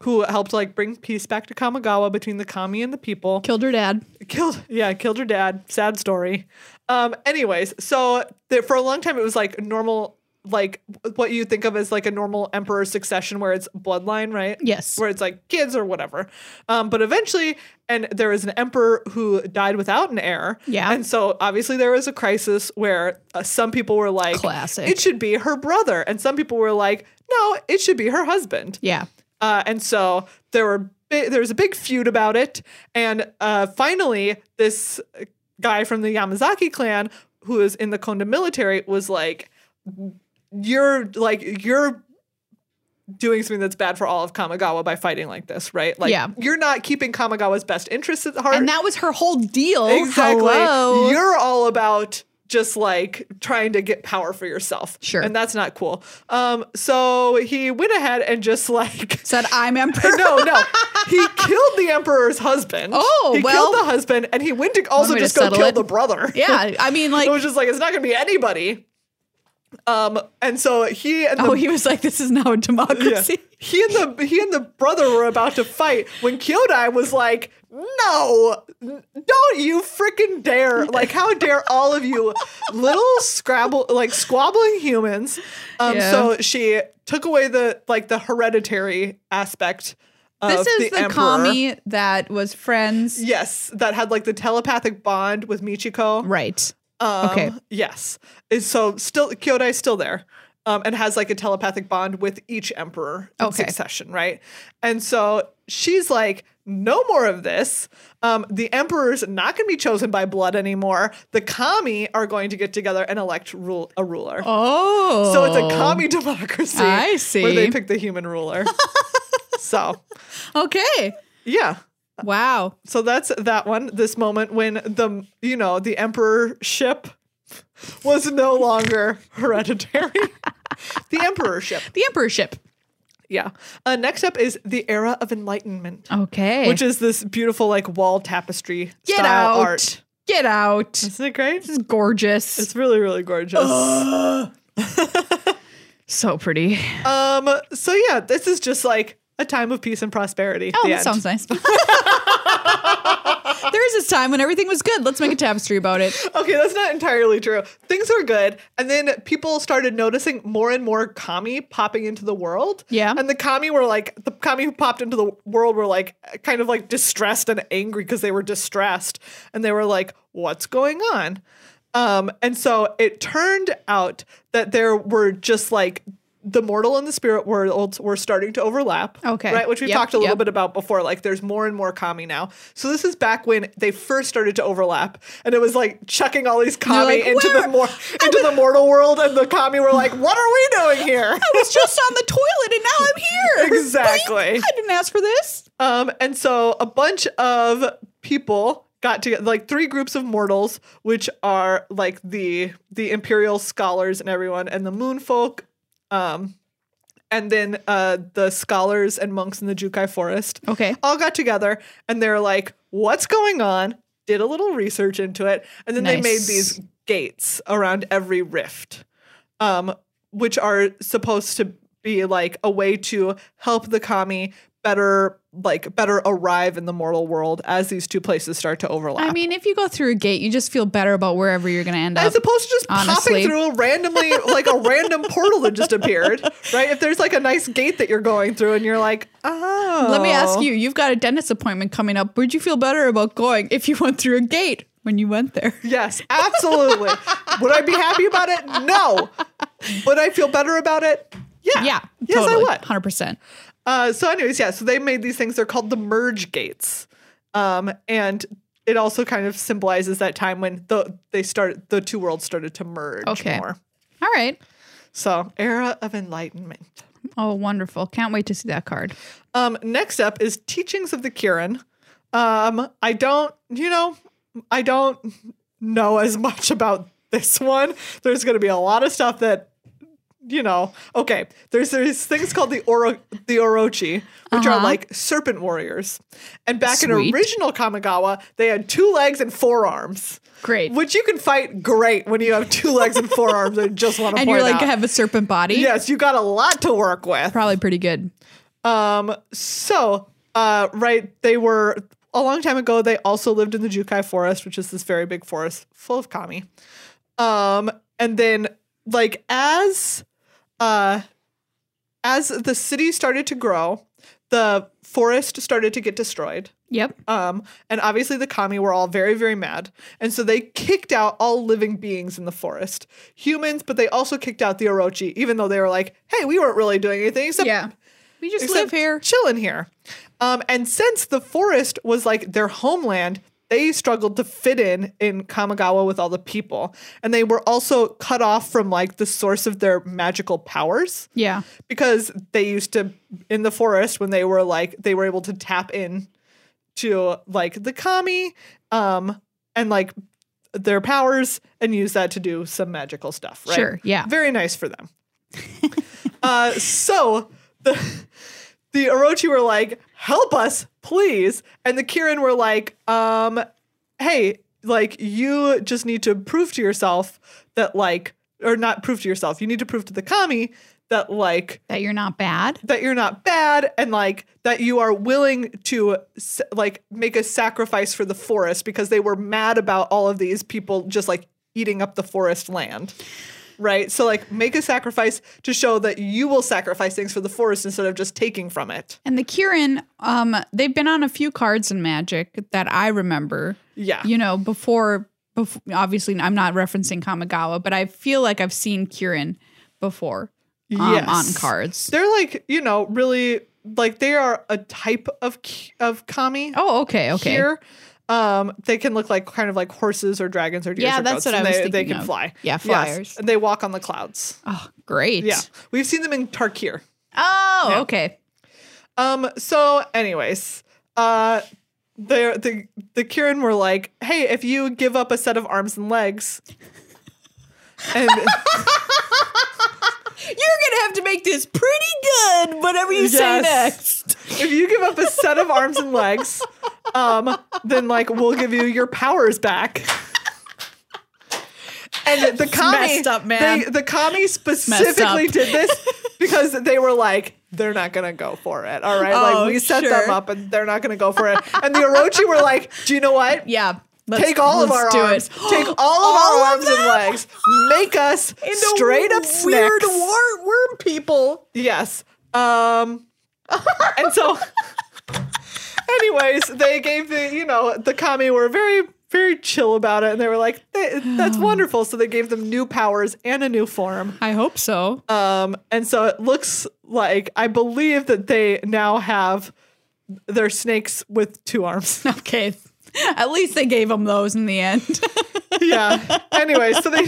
who helped like bring peace back to Kamigawa between the kami and the people.
Killed her dad.
Killed, yeah, killed her dad. Sad story. Um, anyways, so there, for a long time it was like normal, like what you think of as like a normal emperor succession, where it's bloodline, right?
Yes.
where it's like kids or whatever. Um, but eventually, and there was an emperor who died without an heir.
Yeah.
And so obviously there was a crisis where uh, some people were like,
Classic.
it should be her brother. And some people were like, no, it should be her husband.
yeah.
Uh, and so there were bi- there was a big feud about it, and uh, finally this guy from the Yamazaki clan who is in the Konda military was like, "You're like you're." Doing something that's bad for all of Kamigawa by fighting like this, right? Like,
Yeah.
you're not keeping Kamigawa's best interests at heart.
And that was her whole deal.
Exactly.
Hello.
You're all about just like trying to get power for yourself.
Sure.
And that's not cool. Um, so he went ahead and just like
Said I'm emperor.
no, no. He killed the emperor's husband.
Oh,
he
well.
killed the husband, and he went to also
way to
just go
settle
kill
it.
the brother.
Yeah. I mean, like,
it was just like it's not going to be anybody. Um, and so he and the
oh, he was like, this is now a
yeah.
democracy.
he and the he and the brother were about to fight when Kyodai was like, "No, don't you freaking dare! Like, how dare all of you little scrabble like squabbling humans?" Um,
Yeah.
So she took away the like the hereditary aspect
This is
of
the,
Uh, the emperor.
commie that was friends.
Yes, that had like the telepathic bond with Michiko.
Right.
Um,
Okay.
Yes. And so still Kyodai's still there. Um, and has like a telepathic bond with each emperor in
Okay.
succession, right? And so she's like, no more of this. Um, the emperor's not going to be chosen by blood anymore. The kami are going to get together and elect rule a ruler.
Oh.
So it's a kami democracy.
I
Where they
see.
pick the human ruler. so
Okay.
yeah,
Wow.
so that's that one. This moment when the you know the emperorship was no longer hereditary. the emperorship.
The emperorship.
Yeah. Uh, next up is the era of enlightenment,
Okay.
which is this beautiful like wall tapestry
Get out.
style art.
Get out.
Isn't it great?
This is gorgeous.
It's really really gorgeous.
so pretty.
Um. So yeah, this is just like a time of peace and prosperity.
Oh,
The
that
end.
sounds nice. there is this time when everything was good. Let's make a tapestry about it.
Okay, that's not entirely true. Things were good, and then people started noticing more and more kami popping into the world.
Yeah.
and the kami were like the kami who popped into the world were like kind of like distressed and angry because they were distressed, and they were like, "What's going on?" Um, and so it turned out that there were just like the mortal and the spirit worlds were starting to overlap.
Okay.
right, which we
Yep,
talked a little
yep.
bit about before. Like, there's more and more kami now. So this is back when they first started to overlap, and it was like chucking all these
they're
kami
like,
into
"Where-
the more into the mortal world, and the kami were like, "What are we doing here?"
I was just on the toilet and now I'm here.
Exactly.
Wait, I didn't ask for this.
Um, and so a bunch of people got together, like three groups of mortals, which are like the the imperial scholars and everyone, and the moon folk, um, and then uh, the scholars and monks in the Jukai forest.
Okay.
all got together and they're like, "What's going on?" Did a little research into it, and then they made
Nice.
these gates around every rift, um, which are supposed to be like a way to help the kami better, like better arrive in the mortal world as these two places start to overlap.
I mean, if you go through a gate, you just feel better about wherever you're going to end up.
as opposed to just
uh, honestly.
popping through a randomly, like a random portal that just appeared, right? If there's like a nice gate that you're going through, and you're like, oh,
Let me ask you, you've got a dentist appointment coming up. Would you feel better about going if you went through a gate when you went there?
Yes, absolutely. Would I be happy about it? No. Would I feel better about it? Yeah.
Yeah.
Yes,
totally.
I would.
100%.
Uh, so, anyways, yeah. So they made these things. They're called the merge gates, um, and it also kind of symbolizes that time when the they started the two worlds started to merge
Okay.
more.
All right.
So, era of enlightenment.
Oh, wonderful. Can't wait to see that card.
Um, next up is teachings of the Kirin. Um, I don't, you know, I don't know as much about this one. There's going to be a lot of stuff that, you know, okay. There's there's things called the Oro the Orochi, which are
Uh-huh.
like serpent warriors. And back in
Sweet.
original Kamigawa, they had two legs and four arms,
Great.
which you can fight great when you have two legs and four arms. I just want to
and
point
you're like,
out.
have a serpent body?
yes, you got a lot to work with.
Probably pretty good.
Um, so, uh, right, they were a long time ago. They also lived in the Jukai forest, which is this very big forest full of kami. Um, and then like as, uh, as the city started to grow, the forest started to get destroyed.
Yep.
Um, and obviously the kami were all very, very mad. And so they kicked out all living beings in the forest. Humans, but they also kicked out the Orochi, even though they were like, hey, we weren't really doing anything except
Yeah. We just
Except
live here.
chilling here. Um, and since the forest was like their homeland, they struggled to fit in in Kamigawa with all the people, and they were also cut off from like the source of their magical powers
Yeah.
because they used to in the forest when they were like they were able to tap in to like the kami um and like their powers and use that to do some magical stuff right
Sure, yeah.
very nice for them uh so the the orochi were like help us please and the kirin were like um hey, like you just need to prove to yourself that like or not prove to yourself. You need to prove to the kami that like
That you're not bad.
that you're not bad and like that you are willing to s- like make a sacrifice for the forest because they were mad about all of these people just like eating up the forest land. right? So like make a sacrifice to show that you will sacrifice things for the forest instead of just taking from it.
And the Kieran, um, they've been on a few cards in Magic that I remember.
Yeah.
You know, before, before obviously I'm not referencing Kamigawa, but I feel like I've seen Kieran before um,
Yes.
on cards.
They're like, you know, really like they are a type of ki- of kami
oh, okay, okay.
here. Um, they can look like kind of like horses or dragons or deers.
Yeah,
or
that's
goats,
what
and
I was
they, They
thinking
can
of.
fly.
Yeah,
Yes.
flyers.
And they walk on the clouds.
Oh, great.
Yeah, we've seen them in Tarkir.
Oh, okay.
Um. So, anyways, uh, the the the Kirin were like, "Hey, if you give up a set of arms and legs, and
You're gonna have to make this pretty good, whatever you say
Yes.
next.
if you give up a set of arms and legs, um, then like we'll give you your powers back." And the kami,
messed up, man.
They, the kami specifically
up.
did this because they were like, they're not gonna go for it. All right,
Oh,
like we set them
sure.
up, and they're not gonna go for it. And the Orochi were like, do you know what?
Yeah. let's-
Take all of
let's
our
do
arms.
It.
Take all of our arms and legs. Make us
Into
straight up
weird
snacks.
wor- worm people.
Yes. Um. and so, anyways, they gave the you know the kami were very very chill about it, and they were like, "Th- "That's wonderful." So they gave them new powers and a new form.
I hope so.
Um. And so it looks like I believe that they now have their snakes with two arms.
Okay. At least they gave them those in the end.
yeah. Anyway, so they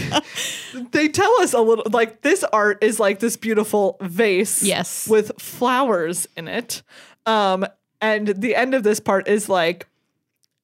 they tell us a little like this art is like this beautiful vase,
Yes.
with flowers in it. Um, and the end of this part is like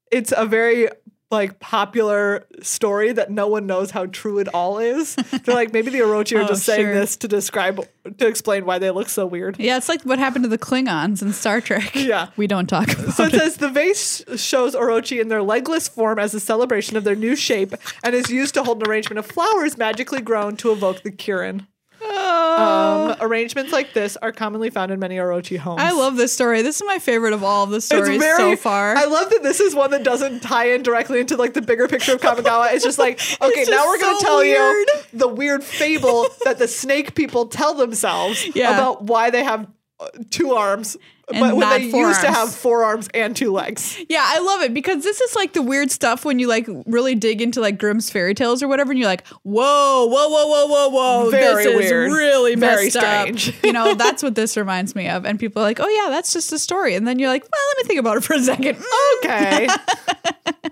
it's a very like popular story that no one knows how true it all is. They're like maybe the Orochi are
Oh,
just saying
sure.
this to describe to explain why they look so weird.
yeah, it's like what happened to the Klingons in Star Trek.
Yeah.
We don't talk about
So it
it.
says the vase shows Orochi in their legless form as a celebration of their new shape and is used to hold an arrangement of flowers magically grown to evoke the Kirin. Um, arrangements like this are commonly found in many Orochi homes.
Oh. I love this story. This is my favorite of all of the stories so far.
I love that this is one that doesn't tie in directly into like the bigger picture of Kamigawa. It's just like, okay,
It's
now
just
we're gonna
so
tell
weird.
you the weird fable that the snake people tell themselves
Yeah.
about why they have uh, two arms,
And
but when
not
they
four
used to
arms.
have four arms and two legs.
yeah, I love it because this is like the weird stuff when you like really dig into like Grimm's fairy tales or whatever, and you're like, whoa, whoa, whoa, whoa, whoa, whoa,
Very
this
weird.
is really
Very
messed up.
strange.
you know, that's what this reminds me of. And people are like, oh yeah, that's just a story. And then you're like, well, let me think about it for a second. Mm,
Okay.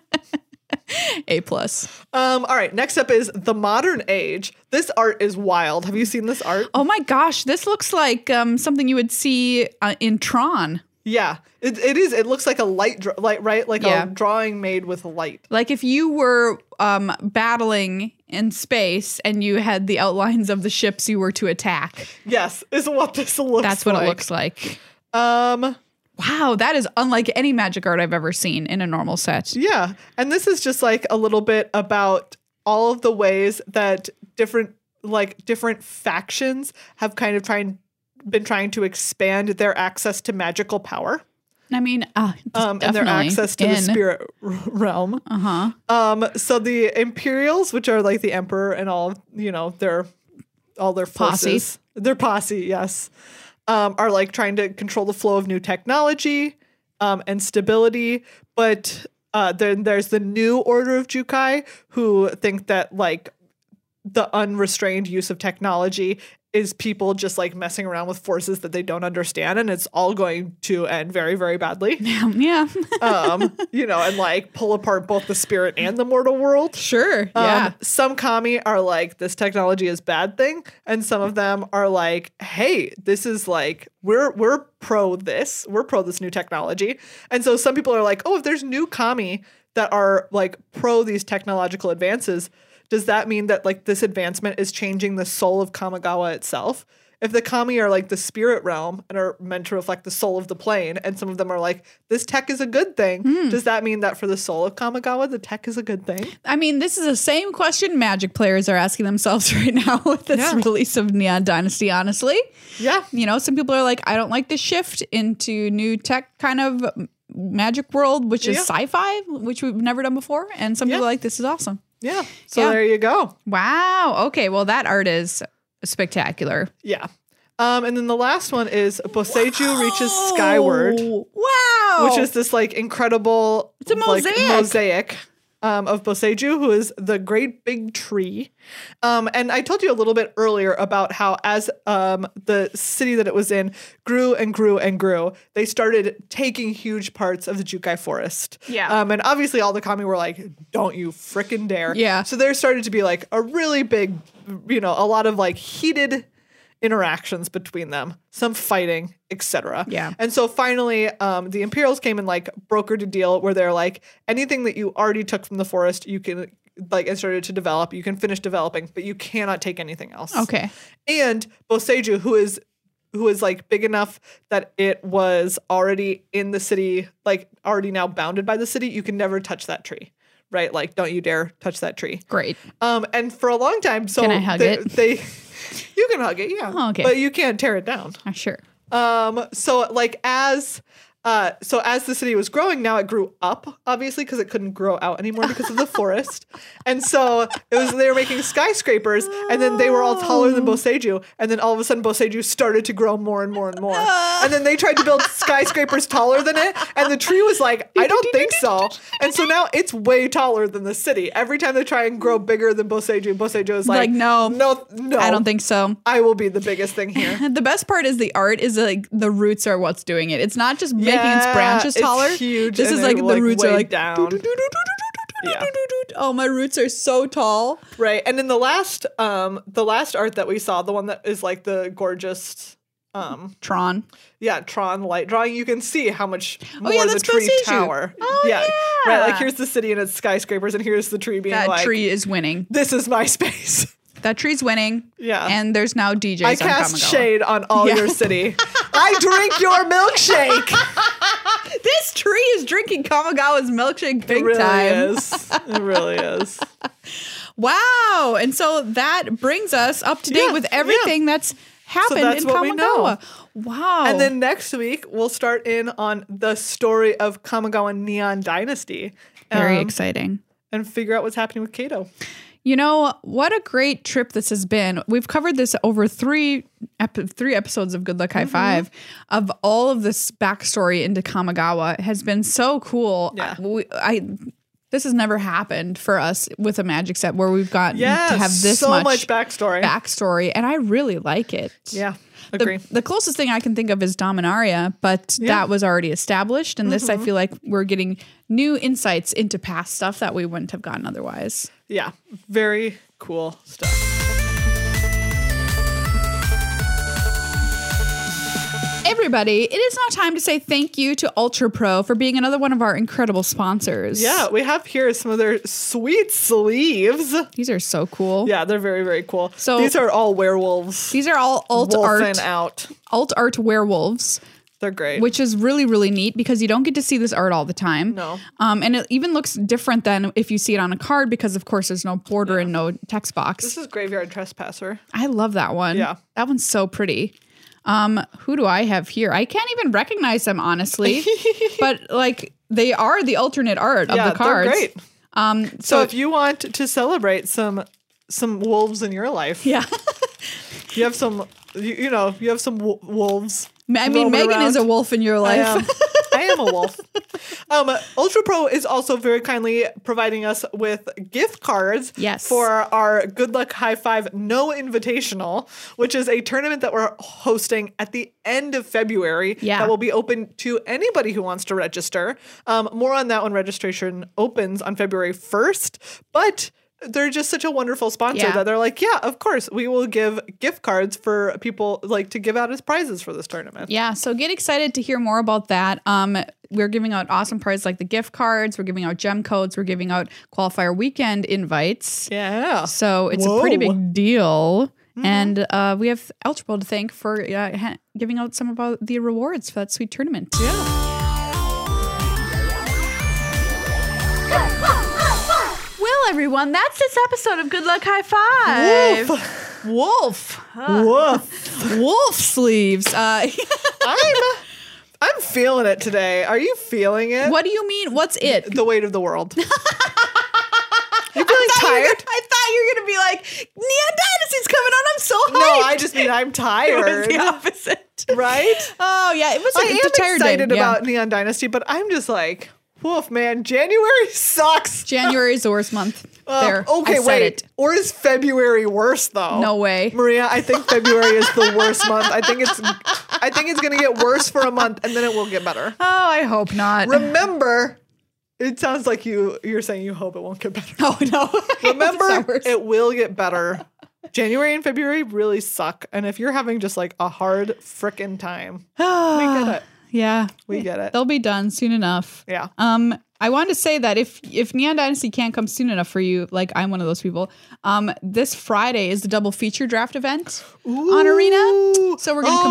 A plus.
um, all right. Next up is the modern age. This art is wild. Have you seen this art?
Oh my gosh, this looks like um, something you would see uh, in Tron.
Yeah. It, it is. It looks like a light, dra- light right? Like
Yeah.
a drawing made with light.
Like if you were um, battling in space and you had the outlines of the ships you were to attack.
Yes, is what this looks.
That's what
like.
it looks like.
Um.
Wow, that is unlike any magic art I've ever seen in a normal set.
Yeah, and this is just like a little bit about all of the ways that different, like different factions, have kind of trying been trying to expand their access to magical power
I mean, uh,
um, and their access to the spirit realm.
Uh huh.
Um, so the Imperials, which are like the Emperor and all, you know, their all their
Posse.
forces, their posse, yes, um, are like trying to control the flow of new technology um, and stability. But uh, then there's the new Order of Jukai, who think that like the unrestrained use of technology is people just like messing around with forces that they don't understand, and it's all going to end very, very badly
Yeah.
um, you know, and like pull apart both the spirit and the mortal world.
sure.
Um,
Yeah.
Some kami are like, this technology is bad thing, and some of them are like, hey, this is like we're we're pro this, we're pro this new technology, and so some people are like, oh, if there's new kami that are like pro these technological advances, does that mean that like this advancement is changing the soul of Kamigawa itself? If the kami are like the spirit realm and are meant to reflect the soul of the plane, and some of them are like, this tech is a good thing, does that mean that for the soul of Kamigawa, the tech is a good thing?
I mean, this is the same question magic players are asking themselves right now with this
Yeah.
release of Neon Dynasty, honestly.
Yeah.
You know, some people are like, I don't like the shift into new tech kind of magic world, which is
Yeah.
sci fi, which we've never done before. And some
Yeah.
people are like, this is awesome.
Yeah. So
Yeah.
there you go.
Wow. Okay. Well, that art is spectacular.
Yeah. Um, and then the last one is Boseiju reaches skyward,
Oh, Wow.
which is this like incredible
It's a
like,
mosaic.
mosaic um, of Boseiju, who is the great big tree. Um, and I told you a little bit earlier about how as um, the city that it was in grew and grew and grew, they started taking huge parts of the Jukai forest.
Yeah.
Um, and obviously all the kami were like, don't you frickin' dare.
Yeah.
So there started to be like a really big, you know, a lot of like heated interactions between them, some fighting, etc.
Yeah.
And so finally, um, the Imperials came and like brokered a deal where they're like, anything that you already took from the forest, you can like and started to develop, you can finish developing, but you cannot take anything else.
okay.
And Boseiju, who is who is like big enough that it was already in the city, like already now bounded by the city, you can never touch that tree. Right? Like, don't you dare touch that tree.
Great.
Um, and for a long time, so
Can I hug
they,
it?
they- you can hug it, yeah.
Oh, okay.
But you can't tear it down.
Uh, sure.
Um, so like as uh, so as the city was growing, now it grew up, obviously, because it couldn't grow out anymore because of the forest. And so it was they were making skyscrapers, and then they were all taller
Oh.
than Boseiju, and then all of a sudden Boseiju started to grow more and more and more. And then they tried to build skyscrapers taller than it, and the tree was like, I don't think so. And so now it's way taller than the city. Every time they try and grow bigger than Boseiju, Boseiju is like,
Like, no.
no, no,
I don't think so.
I will be the biggest thing here.
The best part is the art is like the roots are what's doing it. It's not just making its
Yeah,
branches
it's
taller.
huge,
This
and
is like the
they're, like,
roots
way
are like
down. Yeah.
Oh, my roots are so tall.
Right. And then the last um the last art that we saw, the one that is like the gorgeous um
Tron.
yeah, Tron light drawing, you can see how much more
Oh, yeah,
the
that's
tree
Boseiju.
tower.
Oh,
Right, like
yeah.
here's the city and its skyscrapers and here's the tree being
That
like
tree is winning.
this is my space.
That tree's winning.
Yeah.
And there's now DJs.
I
on
cast
Kamigawa.
shade on all
Yeah.
your city. I drink your milkshake.
This tree is drinking Kamigawa's milkshake big
It really
time.
is. It really is.
Wow. And so that brings us up to date
Yeah,
with
yeah.
everything that's happened
that's
in
what we know.
Kamigawa. Wow.
And then next week we'll start in on the story of Kamigawa Neon Dynasty.
very
um,
exciting.
and figure out what's happening with Kato.
You know what a great trip this has been. We've covered this over three ep- three episodes of Good Luck
Mm-hmm.
High Five of all of this backstory into Kamigawa It has been so cool.
Yeah.
I, we- I- this has never happened for us with a magic set where we've gotten
Yeah,
to have this
so much,
much,
backstory.
backstory, and I really like it.
Yeah,
The-
agree.
The, closest thing I can think of is Dominaria, but that was already established. And this, I
Mm-hmm.
feel like we're getting new insights into past stuff that we wouldn't have gotten otherwise.
yeah, very cool stuff.
Everybody, it is now time to say thank you to Ultra Pro for being another one of our incredible sponsors.
Yeah, we have here some of their sweet sleeves.
These are so cool.
Yeah, they're very very cool.
So-
these are all werewolves.
These are all alt
wolfing
art,
out.
alt art werewolves,
They're great.
which is really really neat because you don't get to see this art all the time.
No.
um, and it even looks different than if you see it on a card because of course there's no border and no text box.
this is Graveyard Trespasser.
I love that one.
Yeah.
that one's so pretty. Um, who do I have here? I can't even recognize them honestly, but like they are the alternate art of
Yeah,
the cards.
they're great.
Um,
So,
so,
if you want to celebrate some some wolves in your life,
yeah,
you have some you, you know you have some wo- wolves.
I mean,
roaming
Megan is
around.
a wolf in your life.
I am. I am a wolf. Um, Ultra Pro is also very kindly providing us with gift cards
Yes.
for our Good Luck High Five No Invitational, which is a tournament that we're hosting at the end of February
Yeah.
that will be open to anybody who wants to register. Um, more on that when registration opens on February 1st. But they're just such a wonderful sponsor
Yeah.
that they're like, yeah, of course, we will give gift cards for people like to give out as prizes for this tournament.
Yeah, so get excited to hear more about that. Um, we're giving out awesome prizes like the gift cards, we're giving out gem codes, we're giving out qualifier weekend invites.
Yeah.
So it's a pretty big deal. And uh, we have Elchable to thank for uh, ha- giving out some of our- the rewards for that sweet tournament.
Yeah.
Well, everyone, that's this episode of Good Luck High Five. Wolf, wolf,
Woof.
wolf sleeves. Uh,
I'm I'm feeling it today. Are you feeling it?
what do you mean? What's it?
The weight of the world. You're feeling
you were
tired.
gonna- I thought you were gonna be like Neon Dynasty's coming on. I'm so hyped.
No, I just mean I'm
it was
tired.
the opposite.
Right?
Oh yeah, it was.
I
a- it's
am
a tired day.
excited
Yeah.
about Neon Dynasty, but I'm just like, woof, man, January sucks.
January is the worst month.
Uh,
there.
Okay,
I said
wait.
It.
Or is February worse though?
No way.
Maria, I think February is the worst month. I think it's I think it's gonna get worse for a month and then it will get better.
Oh, I hope not.
Remember, it sounds like you you're saying you hope it won't get better.
oh no.
Remember,
It's ours.
it will get better. January and February really suck. And if you're having just like a hard frickin' time, we get it.
yeah,
We get it.
they'll be done soon enough.
Yeah.
Um, I want to say that if if Neon Dynasty can't come soon enough for you, like I'm one of those people. Um, this Friday is the double feature draft event on Arena, so we're gonna
Ooh.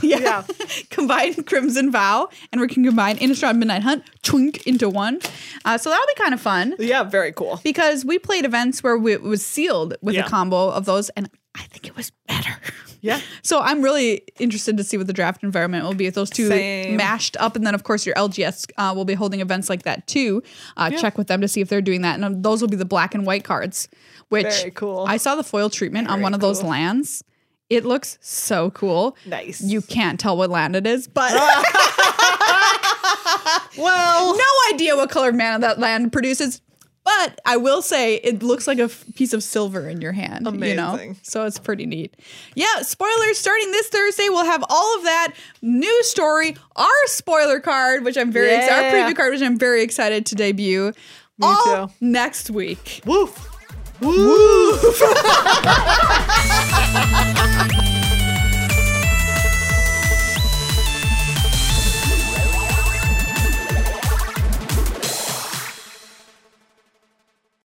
combine, yeah,
Oh. Yeah.
combine Crimson Vow, and we can combine Innistrad Midnight Hunt, twink into one. Uh, so that'll be kind of fun
Yeah, very cool.
because we played events where we, it was sealed with
Yeah.
a combo of those, and I think it was better.
Yeah.
So I'm really interested to see what the draft environment will be with those two
Same.
mashed up, and then of course your LGS uh, will be holding events like that too. Uh, Check with them to see if they're doing that, and um, those will be the black and white cards. Which
Very cool.
I saw the foil treatment on one of those
cool.
lands. It looks so cool.
Nice.
You can't tell what land it is, but
well,
no idea what color mana that land produces. But I will say it looks like a f- piece of silver in your hand. You know?
Amazing.
So it's pretty neat. Yeah, spoilers starting this Thursday. We'll have all of that new story, our spoiler card, which I'm very excited,
Yeah.
our preview card, which I'm very excited to debut. all
too.
next week.
woof. Woof.